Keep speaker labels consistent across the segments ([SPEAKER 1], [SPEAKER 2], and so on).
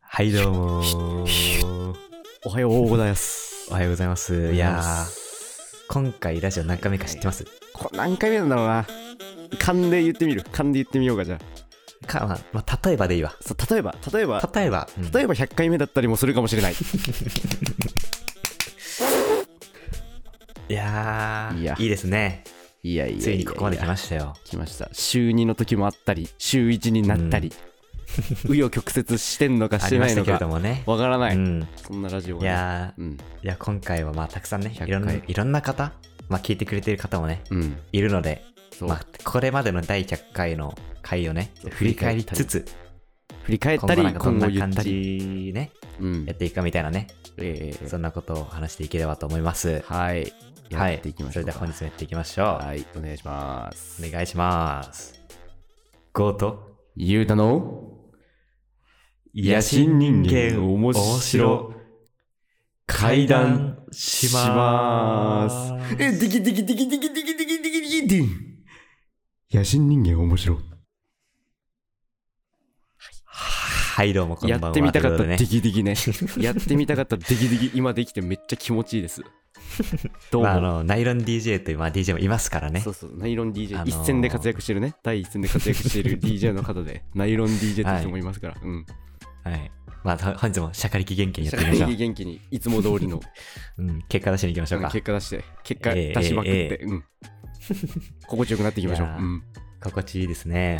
[SPEAKER 1] はい、どうもー。
[SPEAKER 2] おはようございます。
[SPEAKER 1] おはようございます。いやー、今回ラジオ何回目か知ってます
[SPEAKER 2] これ何回目なんだろうな。勘で言ってみる。勘で言ってみようか、じゃあ。
[SPEAKER 1] か、まあ、まあ、例えばでいいわ。
[SPEAKER 2] さ例えば、例えば、
[SPEAKER 1] 例えば、うん
[SPEAKER 2] 例えば100回目だったりもするかもしれない。
[SPEAKER 1] いやー
[SPEAKER 2] いや
[SPEAKER 1] いいですね。
[SPEAKER 2] いやいやい や
[SPEAKER 1] ついにここまで来ま
[SPEAKER 2] し
[SPEAKER 1] したよ。
[SPEAKER 2] た。来ました。週2の時もあったり、週1になったり、紆余曲折してんの か
[SPEAKER 1] あ
[SPEAKER 2] して
[SPEAKER 1] りま
[SPEAKER 2] な
[SPEAKER 1] し
[SPEAKER 2] い
[SPEAKER 1] た
[SPEAKER 2] の
[SPEAKER 1] けれど
[SPEAKER 2] か、
[SPEAKER 1] もね。
[SPEAKER 2] わからない、
[SPEAKER 1] うん。
[SPEAKER 2] そんなラジオが
[SPEAKER 1] い
[SPEAKER 2] ね、
[SPEAKER 1] やー、
[SPEAKER 2] うん。
[SPEAKER 1] いや今回はまあたくさんね、
[SPEAKER 2] 100
[SPEAKER 1] いろんな、
[SPEAKER 2] 回
[SPEAKER 1] いろんな方、まあ聞いてくれてる方もね、
[SPEAKER 2] うん。
[SPEAKER 1] いるので、
[SPEAKER 2] そう
[SPEAKER 1] まあこれまでの第100回の回をね
[SPEAKER 2] そう、
[SPEAKER 1] 振り返りつつ、
[SPEAKER 2] 振り返っ
[SPEAKER 1] 今
[SPEAKER 2] た
[SPEAKER 1] 後
[SPEAKER 2] り、
[SPEAKER 1] なんかどん
[SPEAKER 2] 今後
[SPEAKER 1] な
[SPEAKER 2] 言
[SPEAKER 1] 感
[SPEAKER 2] ったり。
[SPEAKER 1] じね、
[SPEAKER 2] うん
[SPEAKER 1] やっ。ていくかみたいなね、
[SPEAKER 2] ええ
[SPEAKER 1] そんなことを話していければと思います。
[SPEAKER 2] はい。
[SPEAKER 1] は
[SPEAKER 2] やっていきまし
[SPEAKER 1] そ
[SPEAKER 2] ょ
[SPEAKER 1] れ
[SPEAKER 2] う
[SPEAKER 1] で
[SPEAKER 2] か。
[SPEAKER 1] は本日もやっていきましょ
[SPEAKER 2] はい、お願いします。
[SPEAKER 1] う。お願いします。ゴート、
[SPEAKER 2] ゆうたの
[SPEAKER 1] 野
[SPEAKER 2] 心人間
[SPEAKER 1] 面
[SPEAKER 2] 面
[SPEAKER 1] 白
[SPEAKER 2] 白、
[SPEAKER 1] 階
[SPEAKER 2] 階
[SPEAKER 1] 段
[SPEAKER 2] 段
[SPEAKER 1] し
[SPEAKER 2] し
[SPEAKER 1] ま
[SPEAKER 2] ますす。え、ディキディキディキディキディキディキディキディキディン野心人間面白
[SPEAKER 1] はい、どうもこんば
[SPEAKER 2] や
[SPEAKER 1] んは。
[SPEAKER 2] ってみたかっ
[SPEAKER 1] と
[SPEAKER 2] た
[SPEAKER 1] いう
[SPEAKER 2] デ
[SPEAKER 1] ことでね
[SPEAKER 2] ィキディキね。やってみたかったディキディキ。今できてめっちゃ気持ちいいです。どう
[SPEAKER 1] まあ、あ
[SPEAKER 2] も。
[SPEAKER 1] の、ナイロン DJ という、まあ、DJ もいますからね
[SPEAKER 2] そ。うそう、ナイロン DJ、
[SPEAKER 1] あのー
[SPEAKER 2] 一戦で活躍してるね。第一戦で活躍してる DJ の方で、ナイロン DJ って人もいますから。うん。
[SPEAKER 1] はい。まあ、本日もしゃかりき元気にやって
[SPEAKER 2] 社
[SPEAKER 1] いきま
[SPEAKER 2] 会
[SPEAKER 1] しょ
[SPEAKER 2] 的元気に、いつも通りの
[SPEAKER 1] う。うん、結果出しに行きましょうか。
[SPEAKER 2] 結果出して、結果
[SPEAKER 1] ええ
[SPEAKER 2] 出しまくっ
[SPEAKER 1] え
[SPEAKER 2] て、うん。心地よくなっていきましょう。
[SPEAKER 1] いうやー
[SPEAKER 2] ん。
[SPEAKER 1] 心地いいですね。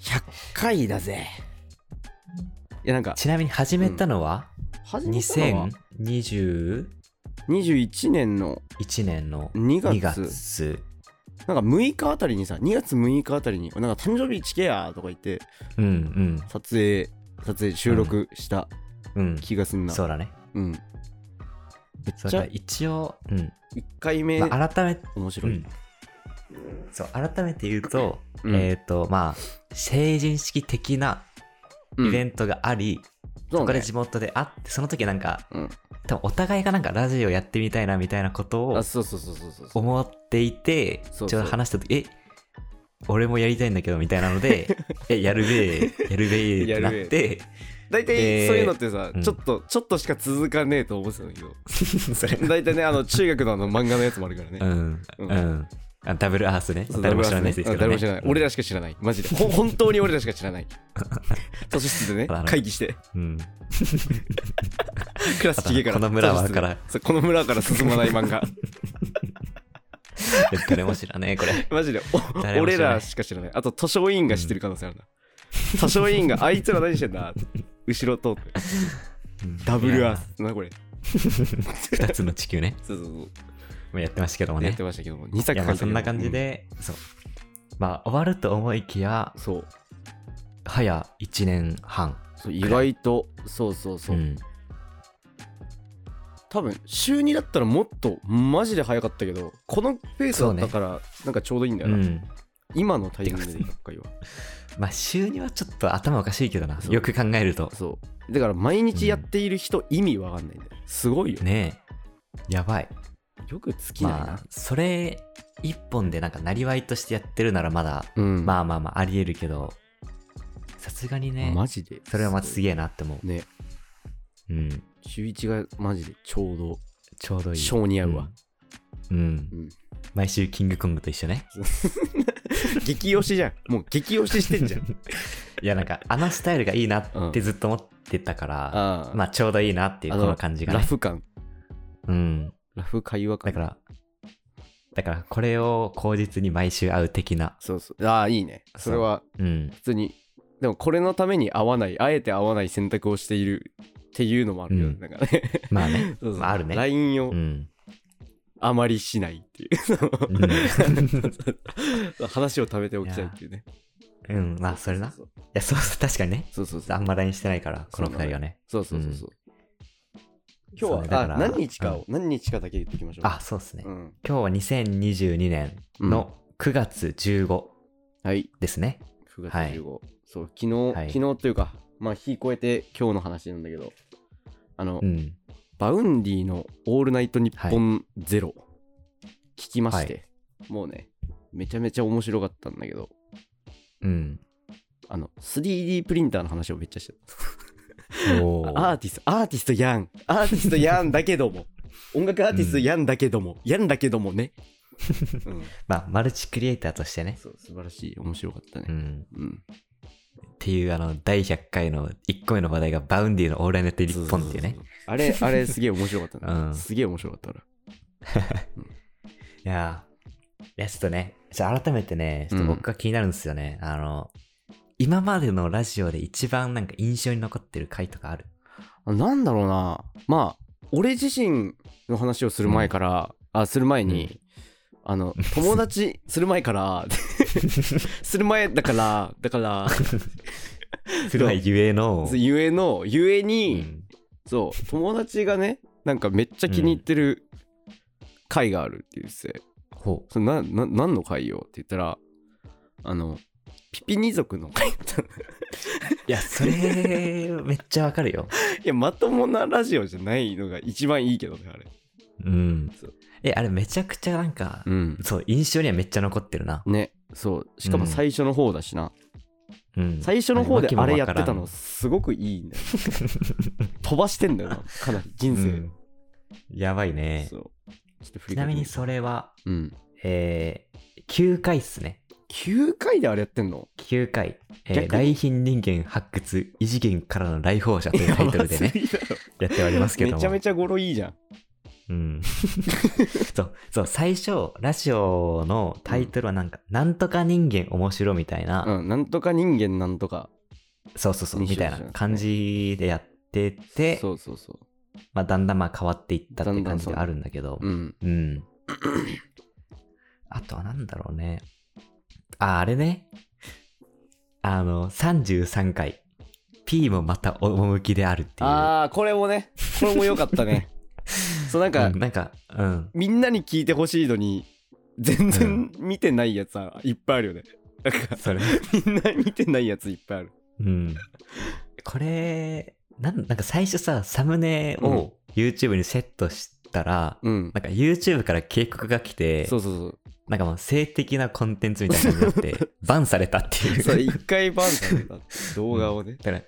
[SPEAKER 2] 100回だぜ。いや、なんか、
[SPEAKER 1] ちなみに始めたのは、
[SPEAKER 2] 始めたのは
[SPEAKER 1] 2021
[SPEAKER 2] 21年の
[SPEAKER 1] 年の
[SPEAKER 2] 2
[SPEAKER 1] 2
[SPEAKER 2] 月
[SPEAKER 1] 月。
[SPEAKER 2] なんか6日あたりにさ2月6日あたりになんか誕生日チケやとか言って
[SPEAKER 1] うんうん
[SPEAKER 2] 撮影撮影収録した
[SPEAKER 1] うん。
[SPEAKER 2] 気がすんな、
[SPEAKER 1] そうだね。
[SPEAKER 2] うん
[SPEAKER 1] そうだ一応、うん
[SPEAKER 2] 1回目、
[SPEAKER 1] まあ、改めて、
[SPEAKER 2] 面白い、
[SPEAKER 1] うんそう改めて言うと、
[SPEAKER 2] うん
[SPEAKER 1] えっ、とまあ成人式的な
[SPEAKER 2] うん
[SPEAKER 1] イベントがあり、
[SPEAKER 2] そう
[SPEAKER 1] これ
[SPEAKER 2] ね
[SPEAKER 1] 地元で会ってその時なんか
[SPEAKER 2] うん、
[SPEAKER 1] 多分お互いがなんかラジオやってみたいなみたいなことを
[SPEAKER 2] あそうそうそうそうそうそう
[SPEAKER 1] 思っていて
[SPEAKER 2] そうそう
[SPEAKER 1] ちょうど話した時え俺もやりたいんだけどみたいなの でえやるべえやるべえってなっ
[SPEAKER 2] やる
[SPEAKER 1] て
[SPEAKER 2] 大
[SPEAKER 1] で
[SPEAKER 2] 体そういうのってさ、
[SPEAKER 1] うん
[SPEAKER 2] ちょっとちょっとしか続かねえと思ってたんだけど
[SPEAKER 1] それ
[SPEAKER 2] 大体ねあの中学のあの漫画のやつもあるからね、
[SPEAKER 1] うんう
[SPEAKER 2] うん
[SPEAKER 1] んあダブルアースね
[SPEAKER 2] そう
[SPEAKER 1] 誰も知らないですけど、ね、
[SPEAKER 2] 誰も知らない。俺らしか知らない。マジで。ほ 本当に俺らしか知らない。図書室でね
[SPEAKER 1] ただ、の
[SPEAKER 2] 会議して、
[SPEAKER 1] うん
[SPEAKER 2] クラスちげから。
[SPEAKER 1] この村は
[SPEAKER 2] 図書室で
[SPEAKER 1] から
[SPEAKER 2] そうこの村から進まない漫 画。
[SPEAKER 1] いや誰も知らねえこれ
[SPEAKER 2] マジでお
[SPEAKER 1] 誰も知らない
[SPEAKER 2] 俺らしか知らない。あと、図書委員が知ってる可能性あるな。図書委員 が、あいつら何してんだ後ろ通って。ダブルアース。な、これ。
[SPEAKER 1] 2つの地球ね
[SPEAKER 2] そうそうそう。
[SPEAKER 1] まあやってましたけども
[SPEAKER 2] や
[SPEAKER 1] ね
[SPEAKER 2] ってましたけども、2作
[SPEAKER 1] いやまあ
[SPEAKER 2] 書いたけど
[SPEAKER 1] そんな感じ。で、そうまあ終わると思いきや
[SPEAKER 2] うんそう。
[SPEAKER 1] 早1年半
[SPEAKER 2] そう意外と、そうそうそう。
[SPEAKER 1] ん
[SPEAKER 2] 多分週2だったらもっとマジで早かったけどこのペースだったからなんかちょうどいいんだ
[SPEAKER 1] う
[SPEAKER 2] よな、
[SPEAKER 1] ん
[SPEAKER 2] 今のタイミングで100回は
[SPEAKER 1] まあ週にはちょっと頭おかしいけどな
[SPEAKER 2] そう
[SPEAKER 1] よく考えると
[SPEAKER 2] そうだから毎日やっている人意味わかんないんだよすごいよ、
[SPEAKER 1] ねえやばい
[SPEAKER 2] よく尽きないな、
[SPEAKER 1] まあそれ一本でなんかなりわいとしてやってるならまだ
[SPEAKER 2] うん
[SPEAKER 1] まあまあまあありえるけどさすがにね
[SPEAKER 2] マジで
[SPEAKER 1] それはまたすげえなって思う
[SPEAKER 2] ね
[SPEAKER 1] うん
[SPEAKER 2] 週1がマジでちょうど
[SPEAKER 1] ちょうどいい
[SPEAKER 2] 性に合うわ、
[SPEAKER 1] うんうん
[SPEAKER 2] うん
[SPEAKER 1] 毎週キングコングと一緒ね
[SPEAKER 2] 激推しじゃんもう激推ししてんじ ゃん
[SPEAKER 1] いやなんかあのスタイルがいいなってずっと思ってたから、
[SPEAKER 2] あ
[SPEAKER 1] まあちょうどいいなっていう
[SPEAKER 2] あ
[SPEAKER 1] この感じが
[SPEAKER 2] ラ
[SPEAKER 1] ね。
[SPEAKER 2] フ感
[SPEAKER 1] うん。
[SPEAKER 2] ラフ会話
[SPEAKER 1] だ
[SPEAKER 2] 感
[SPEAKER 1] から、だからこれを口実に毎週会う的な。
[SPEAKER 2] そうそうああいいねそれは
[SPEAKER 1] うん。
[SPEAKER 2] 普通にでもこれのために合わないあえて合わない選択をしているっていうのもあるよ、
[SPEAKER 1] うん
[SPEAKER 2] なんかね。
[SPEAKER 1] まあね
[SPEAKER 2] そうそう
[SPEAKER 1] まああるね
[SPEAKER 2] LINE を
[SPEAKER 1] うん。
[SPEAKER 2] あまりしないっていう
[SPEAKER 1] う
[SPEAKER 2] 話を貯めておきたいっていうね
[SPEAKER 1] ん、うんまあそれな。い
[SPEAKER 2] そう
[SPEAKER 1] や、そうそう、確かにね。
[SPEAKER 2] そうそうそう
[SPEAKER 1] あんま LINE してないから、この二人はね。
[SPEAKER 2] そうそうそうそう今
[SPEAKER 1] そうね
[SPEAKER 2] 日
[SPEAKER 1] だ
[SPEAKER 2] は
[SPEAKER 1] から
[SPEAKER 2] あ何日か
[SPEAKER 1] うん
[SPEAKER 2] を何日かだけ言っていきましょう
[SPEAKER 1] あ、そうですね
[SPEAKER 2] う。ん
[SPEAKER 1] 今日は2022年の9月15
[SPEAKER 2] はい
[SPEAKER 1] ですね。
[SPEAKER 2] 9月
[SPEAKER 1] はい
[SPEAKER 2] 15そう昨日
[SPEAKER 1] はい
[SPEAKER 2] 昨日というかまあ日超えて今日の話なんだけどあの
[SPEAKER 1] うん。
[SPEAKER 2] バウンディの「オールナイトニッポンゼロ聞きまして、もうねめちゃめちゃ面白かったんだけどあの 3D プリンターの話をめっちゃしてた
[SPEAKER 1] うお
[SPEAKER 2] アーティスト、アーティストやん。アーティストやんだけ ども。音楽アーティストやんだけども。やんだけどもね。うん、
[SPEAKER 1] まあ、マルチクリエイターとしてね。
[SPEAKER 2] そう、素晴らしい。面白かった
[SPEAKER 1] う
[SPEAKER 2] ね。
[SPEAKER 1] ん。
[SPEAKER 2] うん。
[SPEAKER 1] っていう、あの、第100回の1個目の話題が、バウンディのオーライネット日本っていうね
[SPEAKER 2] そ。そそそ。あれ、あれすげえ面白かった
[SPEAKER 1] う
[SPEAKER 2] な。
[SPEAKER 1] ん
[SPEAKER 2] すげえ面白かったな。
[SPEAKER 1] いやー、いや、ちょっとね、じゃあ改めてね、ちょっと僕が気になるんですよね。あの、今までのラジオで一番なんか印象に残ってる回と かある
[SPEAKER 2] あなんだろうなまあ俺自身の話をする前から、あする前に、あの 友達する前からする前だからだから
[SPEAKER 1] それはゆえの、
[SPEAKER 2] ゆえのゆえ
[SPEAKER 1] う
[SPEAKER 2] に、
[SPEAKER 1] ん
[SPEAKER 2] そう友達がねなんかめっちゃ気に入ってる回があるって言ってて
[SPEAKER 1] ほ。
[SPEAKER 2] それなな何の回よって言ったらあのピピニ族の回だったのいう
[SPEAKER 1] いや、それ、めっちゃわかるよ。
[SPEAKER 2] やまともなラジオじゃないのが一番いいけどねあれ
[SPEAKER 1] うん
[SPEAKER 2] そう。
[SPEAKER 1] え、あれめちゃくちゃなんか、
[SPEAKER 2] うん
[SPEAKER 1] そう、印象にはめっちゃ残ってるな。
[SPEAKER 2] ねそうしかも
[SPEAKER 1] うん
[SPEAKER 2] 最初の方だしな、
[SPEAKER 1] うん。
[SPEAKER 2] 最初の方であれやってたの
[SPEAKER 1] わ
[SPEAKER 2] すごくいいん だよ飛ばしてんだよなかなり人
[SPEAKER 1] けもわからん、
[SPEAKER 2] 生、
[SPEAKER 1] うんやばいね。
[SPEAKER 2] そうちょっと振り
[SPEAKER 1] ち
[SPEAKER 2] 返
[SPEAKER 1] な
[SPEAKER 2] っ
[SPEAKER 1] み
[SPEAKER 2] てみ
[SPEAKER 1] に
[SPEAKER 2] る
[SPEAKER 1] それは、
[SPEAKER 2] うん
[SPEAKER 1] えー、9回っすね。
[SPEAKER 2] 9回であれやってんの
[SPEAKER 1] 9回、え
[SPEAKER 2] 逆
[SPEAKER 1] ー、
[SPEAKER 2] に
[SPEAKER 1] 来賓人間発掘異次元からの来訪者というタイトルでね
[SPEAKER 2] やばすぎだろ
[SPEAKER 1] やっておりますけども
[SPEAKER 2] めちゃめちゃ語呂いいじゃん
[SPEAKER 1] うん そうそう最初ラジオのタイトルはなんか、なんとか人間面白みたいな、
[SPEAKER 2] うんなんとか人間なんとか
[SPEAKER 1] そうそうそう
[SPEAKER 2] に
[SPEAKER 1] み
[SPEAKER 2] しよう
[SPEAKER 1] たい
[SPEAKER 2] じゃん
[SPEAKER 1] な感じでやってて、
[SPEAKER 2] そうそうそ
[SPEAKER 1] まあ、だんだんまあ変わっていったっ
[SPEAKER 2] だ
[SPEAKER 1] て
[SPEAKER 2] んだ
[SPEAKER 1] 感
[SPEAKER 2] ん
[SPEAKER 1] じ
[SPEAKER 2] そう
[SPEAKER 1] ではあるんだけど
[SPEAKER 2] ううん
[SPEAKER 1] うんあとはなんだろうねああれねあの33回 P もまた趣であるっていう
[SPEAKER 2] ああこれもねこれも良かった ねそうなんか、
[SPEAKER 1] うんなんか、うん。
[SPEAKER 2] みんなに聞いてほしいのに全然見てないやつはいっぱいあるよねなんか
[SPEAKER 1] それ。
[SPEAKER 2] みんな見てないやついっぱいある
[SPEAKER 1] うん。これ、なんなんか最初さ、サムネを YouTube にセットしたら、
[SPEAKER 2] うん
[SPEAKER 1] なんか YouTube から警告が来て、
[SPEAKER 2] そうそうそう
[SPEAKER 1] なんかもう性的なコンテンツみたいな感 じになって、バンされたっていう。
[SPEAKER 2] それ一回バンされた動画をね。
[SPEAKER 1] だから、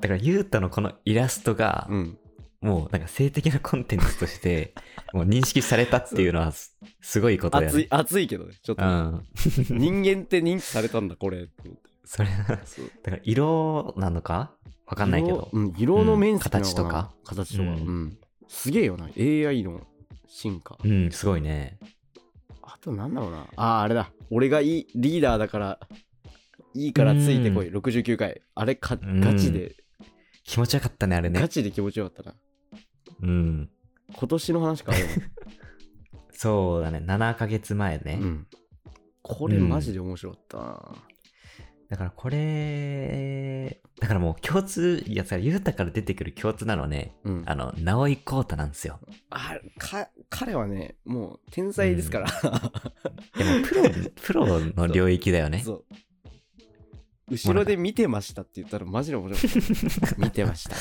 [SPEAKER 1] だから、ゆうたのこのイラストが
[SPEAKER 2] う、ん。
[SPEAKER 1] もうなんか性的なコンテンツと して、もう認識されたっていうのはす、すごいことだよ
[SPEAKER 2] 熱い
[SPEAKER 1] ね。、
[SPEAKER 2] 熱いけどね。ちょっ
[SPEAKER 1] う
[SPEAKER 2] とね、
[SPEAKER 1] ん。
[SPEAKER 2] 人間って認知されたんだ、これ。と思って
[SPEAKER 1] それ、だか
[SPEAKER 2] そう
[SPEAKER 1] ら色なのかわかんないけど。
[SPEAKER 2] 色うん色の面積な
[SPEAKER 1] うん
[SPEAKER 2] のな
[SPEAKER 1] 形とか。
[SPEAKER 2] 形とか。
[SPEAKER 1] う
[SPEAKER 2] うんん。すげえよな。AI の進化。
[SPEAKER 1] うん、すごいね。
[SPEAKER 2] あと、なんだろうな。ああ、あれだ。俺がいい、リーダーだから、いいからついてこい。69回。あれか、
[SPEAKER 1] うん
[SPEAKER 2] ガチで、
[SPEAKER 1] 気持ちよかったね、あれね
[SPEAKER 2] ガ。チで気持ちよかったな。
[SPEAKER 1] うん。
[SPEAKER 2] 今年の話か、あれも
[SPEAKER 1] そうだね、7ヶ月前ね。
[SPEAKER 2] うん。これマジで面白かったな。
[SPEAKER 1] だからこれ、だからもう共通、いや、さ、ゆうたから出てくる共通なのはね、
[SPEAKER 2] うん。
[SPEAKER 1] あの、直井浩太なんです よ。
[SPEAKER 2] あか彼はねもう天才ですから、
[SPEAKER 1] でも、プロ、プロの領域だよね。
[SPEAKER 2] そう後ろで見てましたって言ったらマジで面白い見てました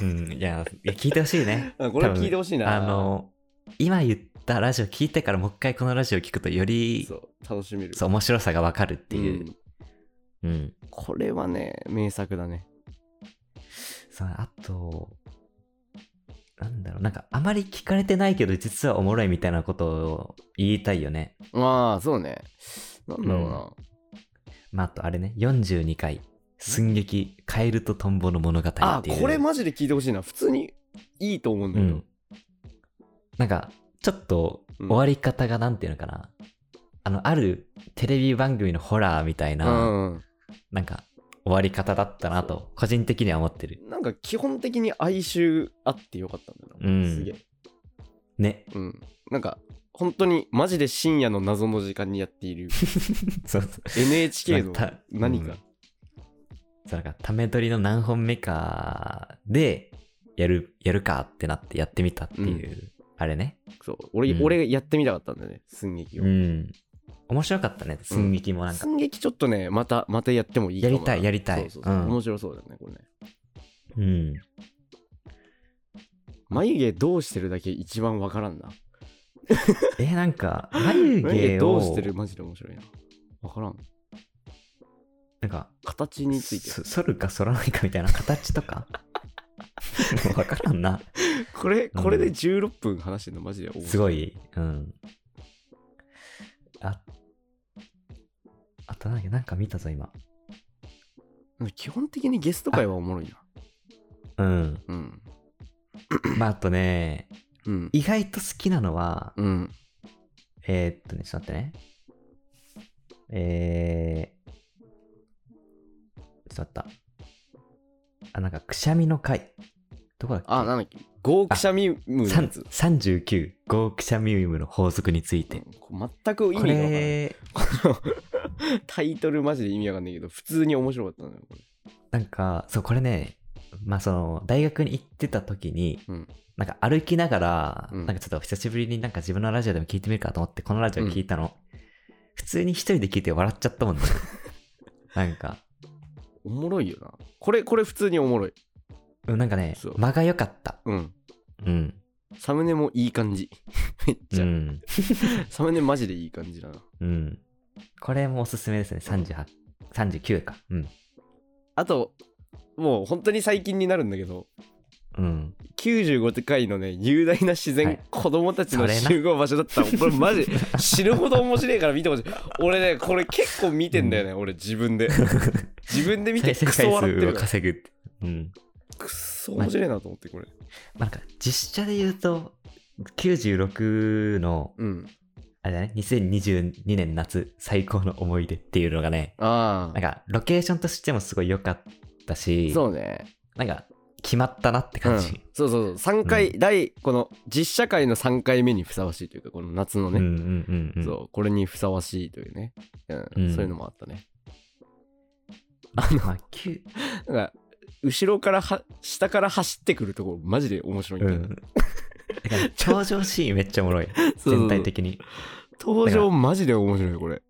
[SPEAKER 1] うん。いや、いや聞いてほしいね。
[SPEAKER 2] あこれ聞いてほしい
[SPEAKER 1] あ
[SPEAKER 2] な
[SPEAKER 1] の、今言ったラジオ聞いてからもう一回このラジオ聞くとより、
[SPEAKER 2] そ
[SPEAKER 1] そう
[SPEAKER 2] 楽しめる
[SPEAKER 1] う、面白さがわかるっていうう。う
[SPEAKER 2] ん
[SPEAKER 1] ん。
[SPEAKER 2] これはね名作だね
[SPEAKER 1] そう、あと、なんだろう、なんか、あまり聞かれてないけど、実はおもろいみたいなことを言いたいよね。
[SPEAKER 2] まあそうねなんだろうな、
[SPEAKER 1] まあ、あとあれね、42回、寸劇、カエルとトンボの物語っていう。
[SPEAKER 2] あこれマジで聞いてほしいな普通にいいと思うんだ
[SPEAKER 1] う
[SPEAKER 2] け
[SPEAKER 1] ん。なんか、ちょっと、
[SPEAKER 2] うん
[SPEAKER 1] 終わり方がなんていうのかな。あの、あるテレビ番組のホラーみたい
[SPEAKER 2] ど、
[SPEAKER 1] な、
[SPEAKER 2] うん
[SPEAKER 1] なんか、終わり方だったなと、個人的には思ってる。
[SPEAKER 2] なんか基本的に哀愁あってよかったんだよ
[SPEAKER 1] う
[SPEAKER 2] な、
[SPEAKER 1] ん
[SPEAKER 2] すげえ
[SPEAKER 1] ね。
[SPEAKER 2] うんなんか本当にマジで深夜の謎の時間にやって いる
[SPEAKER 1] そうそう。
[SPEAKER 2] NHK の
[SPEAKER 1] また
[SPEAKER 2] 何か、
[SPEAKER 1] うんそうなんか、ため取りの何本目かで、やる、やるかってなってやってみたっていう、あれね。
[SPEAKER 2] そう俺,、
[SPEAKER 1] うん
[SPEAKER 2] 俺がやってみたかったんだよね寸劇を、
[SPEAKER 1] うん。面白かったね、寸劇もなんか。
[SPEAKER 2] 寸劇ちょっとねまたまたやってもいいかもな
[SPEAKER 1] やりたいやりたい
[SPEAKER 2] そうそうそう
[SPEAKER 1] うん
[SPEAKER 2] 面白そうだねこれね
[SPEAKER 1] うん。
[SPEAKER 2] 眉毛どうしてるだけ一番わからんな
[SPEAKER 1] え、なんか、眉
[SPEAKER 2] 眉毛
[SPEAKER 1] 毛
[SPEAKER 2] どうし
[SPEAKER 1] を
[SPEAKER 2] て、るマジで面白いなわからん
[SPEAKER 1] なんか、
[SPEAKER 2] 形について
[SPEAKER 1] そ剃るか剃らないかみたいな形とか もう分からんな。
[SPEAKER 2] これこれで16分話してんのマジで
[SPEAKER 1] すごい。うん。あ、あとなんだっけなんか見たぞ、今。
[SPEAKER 2] 基本的にゲスト会はおもろいな
[SPEAKER 1] うん。
[SPEAKER 2] うん
[SPEAKER 1] まあ、あとね、
[SPEAKER 2] うん
[SPEAKER 1] 意外と好きなのは、
[SPEAKER 2] うん
[SPEAKER 1] えー、っとね、ちょっと待ってね。えー、ちょっと待った。あ、なんか、くしゃみの回。どこだっけ
[SPEAKER 2] あなんだっけ豪くしゃみムーのやつ
[SPEAKER 1] 三39、合くしゃみウムの法則について。
[SPEAKER 2] これ全く意
[SPEAKER 1] こ
[SPEAKER 2] 味がわからない
[SPEAKER 1] れ、
[SPEAKER 2] タイトルマジで意味わかんないけど普通に面白かったのよこれ
[SPEAKER 1] なんか、そう、これね、まあその、大学に行ってた時に、
[SPEAKER 2] うん
[SPEAKER 1] なんか歩きながら、
[SPEAKER 2] うん
[SPEAKER 1] なんかちょっと久しぶりになんか自分のラジオでも聞いてみるかと思って、このラジオ聞いたの。普通に一人で聞いて笑っちゃった もんね。なんか、
[SPEAKER 2] おもろいよなこれこれ普通におもろい
[SPEAKER 1] うんなんかね
[SPEAKER 2] そ、う
[SPEAKER 1] 間が良かった。
[SPEAKER 2] うん
[SPEAKER 1] うん。
[SPEAKER 2] サムネもいい感じ めっち
[SPEAKER 1] う
[SPEAKER 2] ゃ、
[SPEAKER 1] ん。
[SPEAKER 2] サムネマジでいい感じだな
[SPEAKER 1] うん。これもおすすめですね。38、39か。うん。
[SPEAKER 2] あともう本当に最近になるんだけど
[SPEAKER 1] うん。
[SPEAKER 2] 95回のね雄大な自然、
[SPEAKER 1] はい
[SPEAKER 2] 子供たち
[SPEAKER 1] そ
[SPEAKER 2] の
[SPEAKER 1] れな
[SPEAKER 2] 集合場所だったこれマ ジ死ぬほど面白いから見てほしい俺ねこれ結構見てんだよね、俺自分で自分で見て
[SPEAKER 1] 再生
[SPEAKER 2] ク
[SPEAKER 1] 回
[SPEAKER 2] ソ笑って
[SPEAKER 1] 数
[SPEAKER 2] る
[SPEAKER 1] を
[SPEAKER 2] から
[SPEAKER 1] 稼ぐって。うん。
[SPEAKER 2] クソ面白いなと思ってこれ
[SPEAKER 1] まあなんか、実写で言うと、96の、
[SPEAKER 2] うん
[SPEAKER 1] あれだね、2022年夏最高の思い出っていうのがね、
[SPEAKER 2] あ
[SPEAKER 1] なんかロケーションとしてもすごい良かったし、
[SPEAKER 2] そうね
[SPEAKER 1] なんか決まったなって
[SPEAKER 2] う
[SPEAKER 1] 感
[SPEAKER 2] ん、
[SPEAKER 1] じ
[SPEAKER 2] そう。そうそう3回、第この実社会の3回目にふさわしいというかこの夏の
[SPEAKER 1] うん、うん、
[SPEAKER 2] ね、
[SPEAKER 1] うんうん。
[SPEAKER 2] そうこれにふさわしいというね、うん
[SPEAKER 1] うん
[SPEAKER 2] そういうのもあったね
[SPEAKER 1] あの、まあ、き
[SPEAKER 2] なんか後ろからは下から走ってくるところマジで面白いん
[SPEAKER 1] う
[SPEAKER 2] だよ
[SPEAKER 1] ん。
[SPEAKER 2] ね、
[SPEAKER 1] だから頂上シーンめっちゃおもろい。
[SPEAKER 2] そうそう
[SPEAKER 1] 全体的に。
[SPEAKER 2] 登場マジで面白いこれ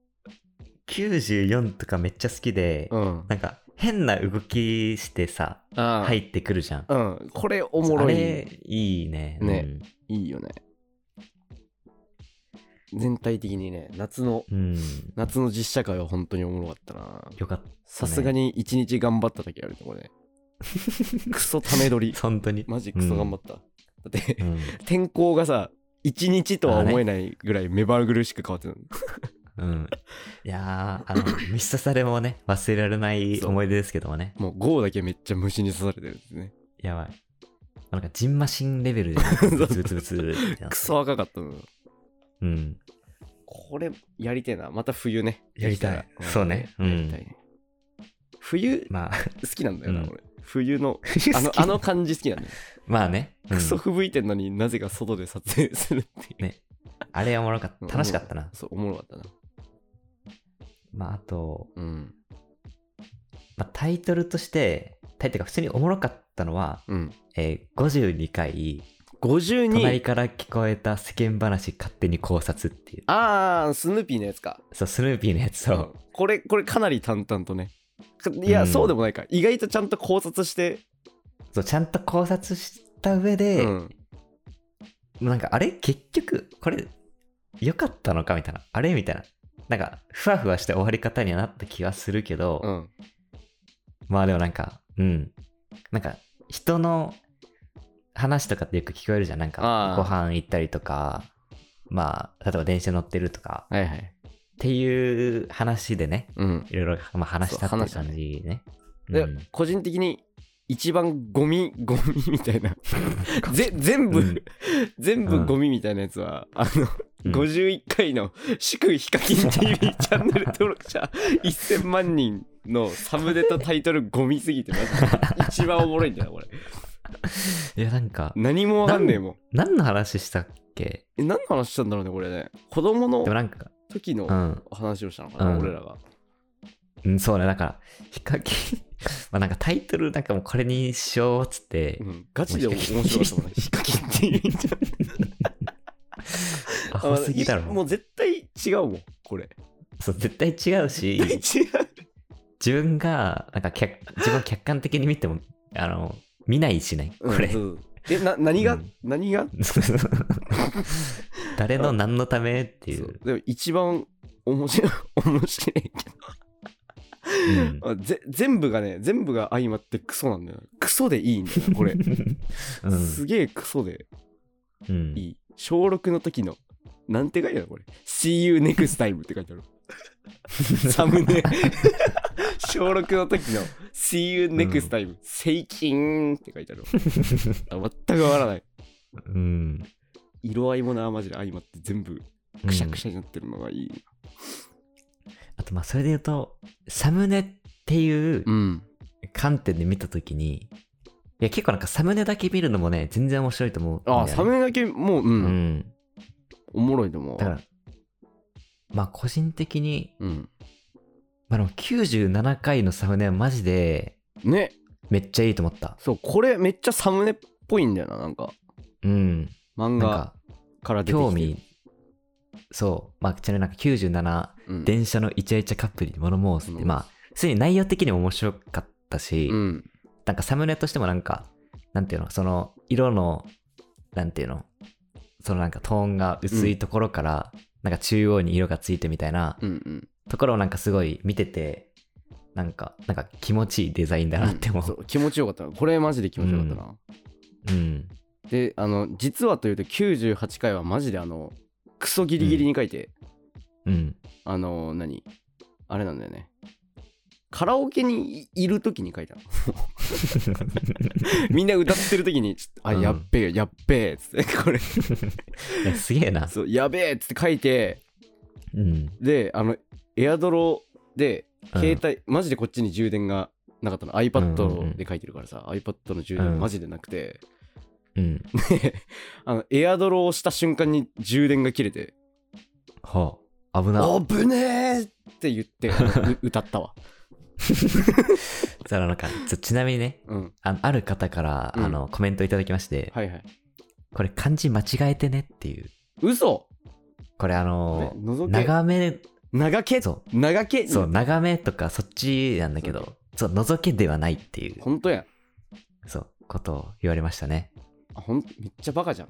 [SPEAKER 1] 94とかめっちゃ好きで、
[SPEAKER 2] うん
[SPEAKER 1] なんか変な動きしてさ、
[SPEAKER 2] あ
[SPEAKER 1] 入ってくるじゃん。
[SPEAKER 2] うんこれおもろ
[SPEAKER 1] あ
[SPEAKER 2] い
[SPEAKER 1] れ、いいね。
[SPEAKER 2] ねいいよね全体的にね夏の
[SPEAKER 1] うん。うん。
[SPEAKER 2] 夏の実社会は本当におもろかったな
[SPEAKER 1] よかった、ね。
[SPEAKER 2] さすがに一日頑張った時あるねこれね クソため撮り
[SPEAKER 1] 本当に。
[SPEAKER 2] マジクソ頑張った、だって
[SPEAKER 1] うん
[SPEAKER 2] 天候がさ一日とは思えないぐらい目まぐるしく変わってたの、
[SPEAKER 1] うん。いや ー、あの、ミスタサレもね、忘れられない思い出ですけどもね。
[SPEAKER 2] もうゴーだけめっちゃ虫に刺されてるんですね
[SPEAKER 1] やばい。なんか、ジンマシンレベルで、ブツブツブツってな
[SPEAKER 2] クソ赤かったの
[SPEAKER 1] うん。
[SPEAKER 2] これやりてえなまた冬ね
[SPEAKER 1] やりたい
[SPEAKER 2] できたら
[SPEAKER 1] そうね
[SPEAKER 2] やりたいね冬
[SPEAKER 1] まあ、
[SPEAKER 2] 好きなんだよな、
[SPEAKER 1] うん
[SPEAKER 2] 俺 冬のあのあの感じ好きなんだよ、
[SPEAKER 1] まあね。うん
[SPEAKER 2] クソ吹雪いてんのになぜか外で撮影するっていう、
[SPEAKER 1] ねあれおもろかっ
[SPEAKER 2] うん
[SPEAKER 1] た。楽しかったな。
[SPEAKER 2] そうおもろかったな
[SPEAKER 1] まあ、あと、
[SPEAKER 2] うん
[SPEAKER 1] まあ、タイトルとして、タイトルが普通におもろかったのは、
[SPEAKER 2] うん
[SPEAKER 1] えー、52回、隣
[SPEAKER 2] 52
[SPEAKER 1] から聞こえた世間話勝手に考察っていう。
[SPEAKER 2] ああスヌーピーのやつか
[SPEAKER 1] そう、スヌーピーのやつを、
[SPEAKER 2] これこれかなり淡々とねかいや、
[SPEAKER 1] うん
[SPEAKER 2] そうでもないか意外とちゃんと考察して、
[SPEAKER 1] そう、ちゃんと考察した上で、
[SPEAKER 2] うん
[SPEAKER 1] もうなんかあれ結局これ良かったのかみたいなあれみたいななんかふわふわした終わり方にはなった気はするけど、
[SPEAKER 2] うん、
[SPEAKER 1] まあでもなんかうんなんか人の話とかってよく聞こえるじゃんなん
[SPEAKER 2] あ
[SPEAKER 1] か
[SPEAKER 2] あ
[SPEAKER 1] ご飯行ったりとかまあ例えば電車乗ってるとか
[SPEAKER 2] はいはい
[SPEAKER 1] っていう話でね
[SPEAKER 2] うん
[SPEAKER 1] いろいろ、まあ、話したっていう
[SPEAKER 2] そう話
[SPEAKER 1] 感じね
[SPEAKER 2] で、
[SPEAKER 1] うん
[SPEAKER 2] 個人的に一番ゴミ ゴミみ たいなぜ全部、
[SPEAKER 1] うん
[SPEAKER 2] 全部ゴミみたいなやつは、あの、
[SPEAKER 1] うん
[SPEAKER 2] 51回の「祝ヒカキン TV チャンネル登録 者1000万人」のサムネとタイトルゴミすぎてマジで一番おもろいんだよこれ
[SPEAKER 1] いやなんか
[SPEAKER 2] 何もわかんねえもん
[SPEAKER 1] 何の話したっけ
[SPEAKER 2] え何の話したんだろうねこれね子供の
[SPEAKER 1] でもなんか
[SPEAKER 2] 時
[SPEAKER 1] う
[SPEAKER 2] の
[SPEAKER 1] ん
[SPEAKER 2] 話をしたのかな、
[SPEAKER 1] うん
[SPEAKER 2] 俺らが
[SPEAKER 1] うん、そうね、だから、ヒカキン、 まあなんかタイトルなんかもうこれにしようっつって、
[SPEAKER 2] うん、ガチで面白かったもんね。ヒカキンっていう意味じゃん。
[SPEAKER 1] アホすぎだろ。
[SPEAKER 2] もう絶対違うもん、これ。
[SPEAKER 1] そう、絶対違うし、
[SPEAKER 2] 絶 対違う。
[SPEAKER 1] 自分が、なんか客、自分を客観的に見ても、あの、見ないしね、これ。
[SPEAKER 2] うんそうそうえ、な、何が、
[SPEAKER 1] うん
[SPEAKER 2] 何がっ
[SPEAKER 1] 誰の何のためって
[SPEAKER 2] て
[SPEAKER 1] い。
[SPEAKER 2] いうう。でも一番面白い、面白いけど。
[SPEAKER 1] うん
[SPEAKER 2] あぜ全部がね全部が相まってクソなんだよなクソでいいんだ よなこれ、
[SPEAKER 1] うん
[SPEAKER 2] すげえクソで
[SPEAKER 1] うん
[SPEAKER 2] いい小6の時のなんて書いてあるのこれ See you next time って書いてある サムネ小6の時の See you next time セイキンって書いてあるあ全く変わらない
[SPEAKER 1] うん
[SPEAKER 2] 色合いもなマジで相まって全部くしゃくしゃになってるのがいい
[SPEAKER 1] あとまあそれで言うとサムネっていう
[SPEAKER 2] うん
[SPEAKER 1] 観点で見た時にいや結構なんかサムネだけ見るのもね全然面白いと思うんだよね、
[SPEAKER 2] あサムネだけもうう、
[SPEAKER 1] うんん
[SPEAKER 2] おもろいと思う
[SPEAKER 1] だからまあ個人的に、
[SPEAKER 2] うん
[SPEAKER 1] まあ、でも97回のサムネはマジで
[SPEAKER 2] ね
[SPEAKER 1] めっちゃいいと思った
[SPEAKER 2] そうこれめっちゃサムネっぽいんだよななんか
[SPEAKER 1] うん
[SPEAKER 2] 漫
[SPEAKER 1] なん
[SPEAKER 2] 画
[SPEAKER 1] か
[SPEAKER 2] から出てきて
[SPEAKER 1] 興味そうまあちなみになんか97
[SPEAKER 2] うん
[SPEAKER 1] 電車のイチャイチャカップルに物申すって、
[SPEAKER 2] うん
[SPEAKER 1] まあ普通に内容的にも面白かったし、
[SPEAKER 2] うん
[SPEAKER 1] なんかサムネとしてもなんかなんていうのその色のなんていうのそのなんかトーンが薄いところから、なんか中央に色がついてみたいな
[SPEAKER 2] うんうん
[SPEAKER 1] ところをなんかすごい見ててなんかなんか気持ちいいデザインだなって思
[SPEAKER 2] そうう気持ちよかったこれマジで気持ちよかったな、
[SPEAKER 1] うん
[SPEAKER 2] であの実はというと98回はマジであのクソギリギリに書いて、
[SPEAKER 1] うん
[SPEAKER 2] あの何あれなんだよねカラオケにいいる時に書 いたのみんな歌ってる時にちょっとあ、
[SPEAKER 1] うん
[SPEAKER 2] やっべえやっべえ」っつってこれ
[SPEAKER 1] いやすげえな
[SPEAKER 2] そうやべえっつって書いて
[SPEAKER 1] うん
[SPEAKER 2] であのエアドロで
[SPEAKER 1] うん
[SPEAKER 2] 携帯、マジでこっちに充電がなかったの
[SPEAKER 1] うんうんうん
[SPEAKER 2] iPad で書いてるからさ、iPad の充
[SPEAKER 1] う
[SPEAKER 2] 電
[SPEAKER 1] ん
[SPEAKER 2] マジでなくて、
[SPEAKER 1] うん
[SPEAKER 2] あのエアドロをした瞬間に充電が切れて
[SPEAKER 1] はあ危
[SPEAKER 2] 「
[SPEAKER 1] な
[SPEAKER 2] あぶねえ!」って言ってあのう 歌ったわ
[SPEAKER 1] そのなんかちょちなみにね
[SPEAKER 2] うん
[SPEAKER 1] あのある方から、
[SPEAKER 2] うん
[SPEAKER 1] あのコメントいただきまして、
[SPEAKER 2] はいはい
[SPEAKER 1] これ漢字間違えてねっていう
[SPEAKER 2] 嘘
[SPEAKER 1] これあ
[SPEAKER 2] ね
[SPEAKER 1] の
[SPEAKER 2] 覗け
[SPEAKER 1] 長め
[SPEAKER 2] 長け
[SPEAKER 1] そ
[SPEAKER 2] 長け
[SPEAKER 1] うそう長めとかそっちなんだけどそう覗けではないっていう
[SPEAKER 2] 本当やん
[SPEAKER 1] そうことを言われましたね、
[SPEAKER 2] あほんめっちゃバカじゃん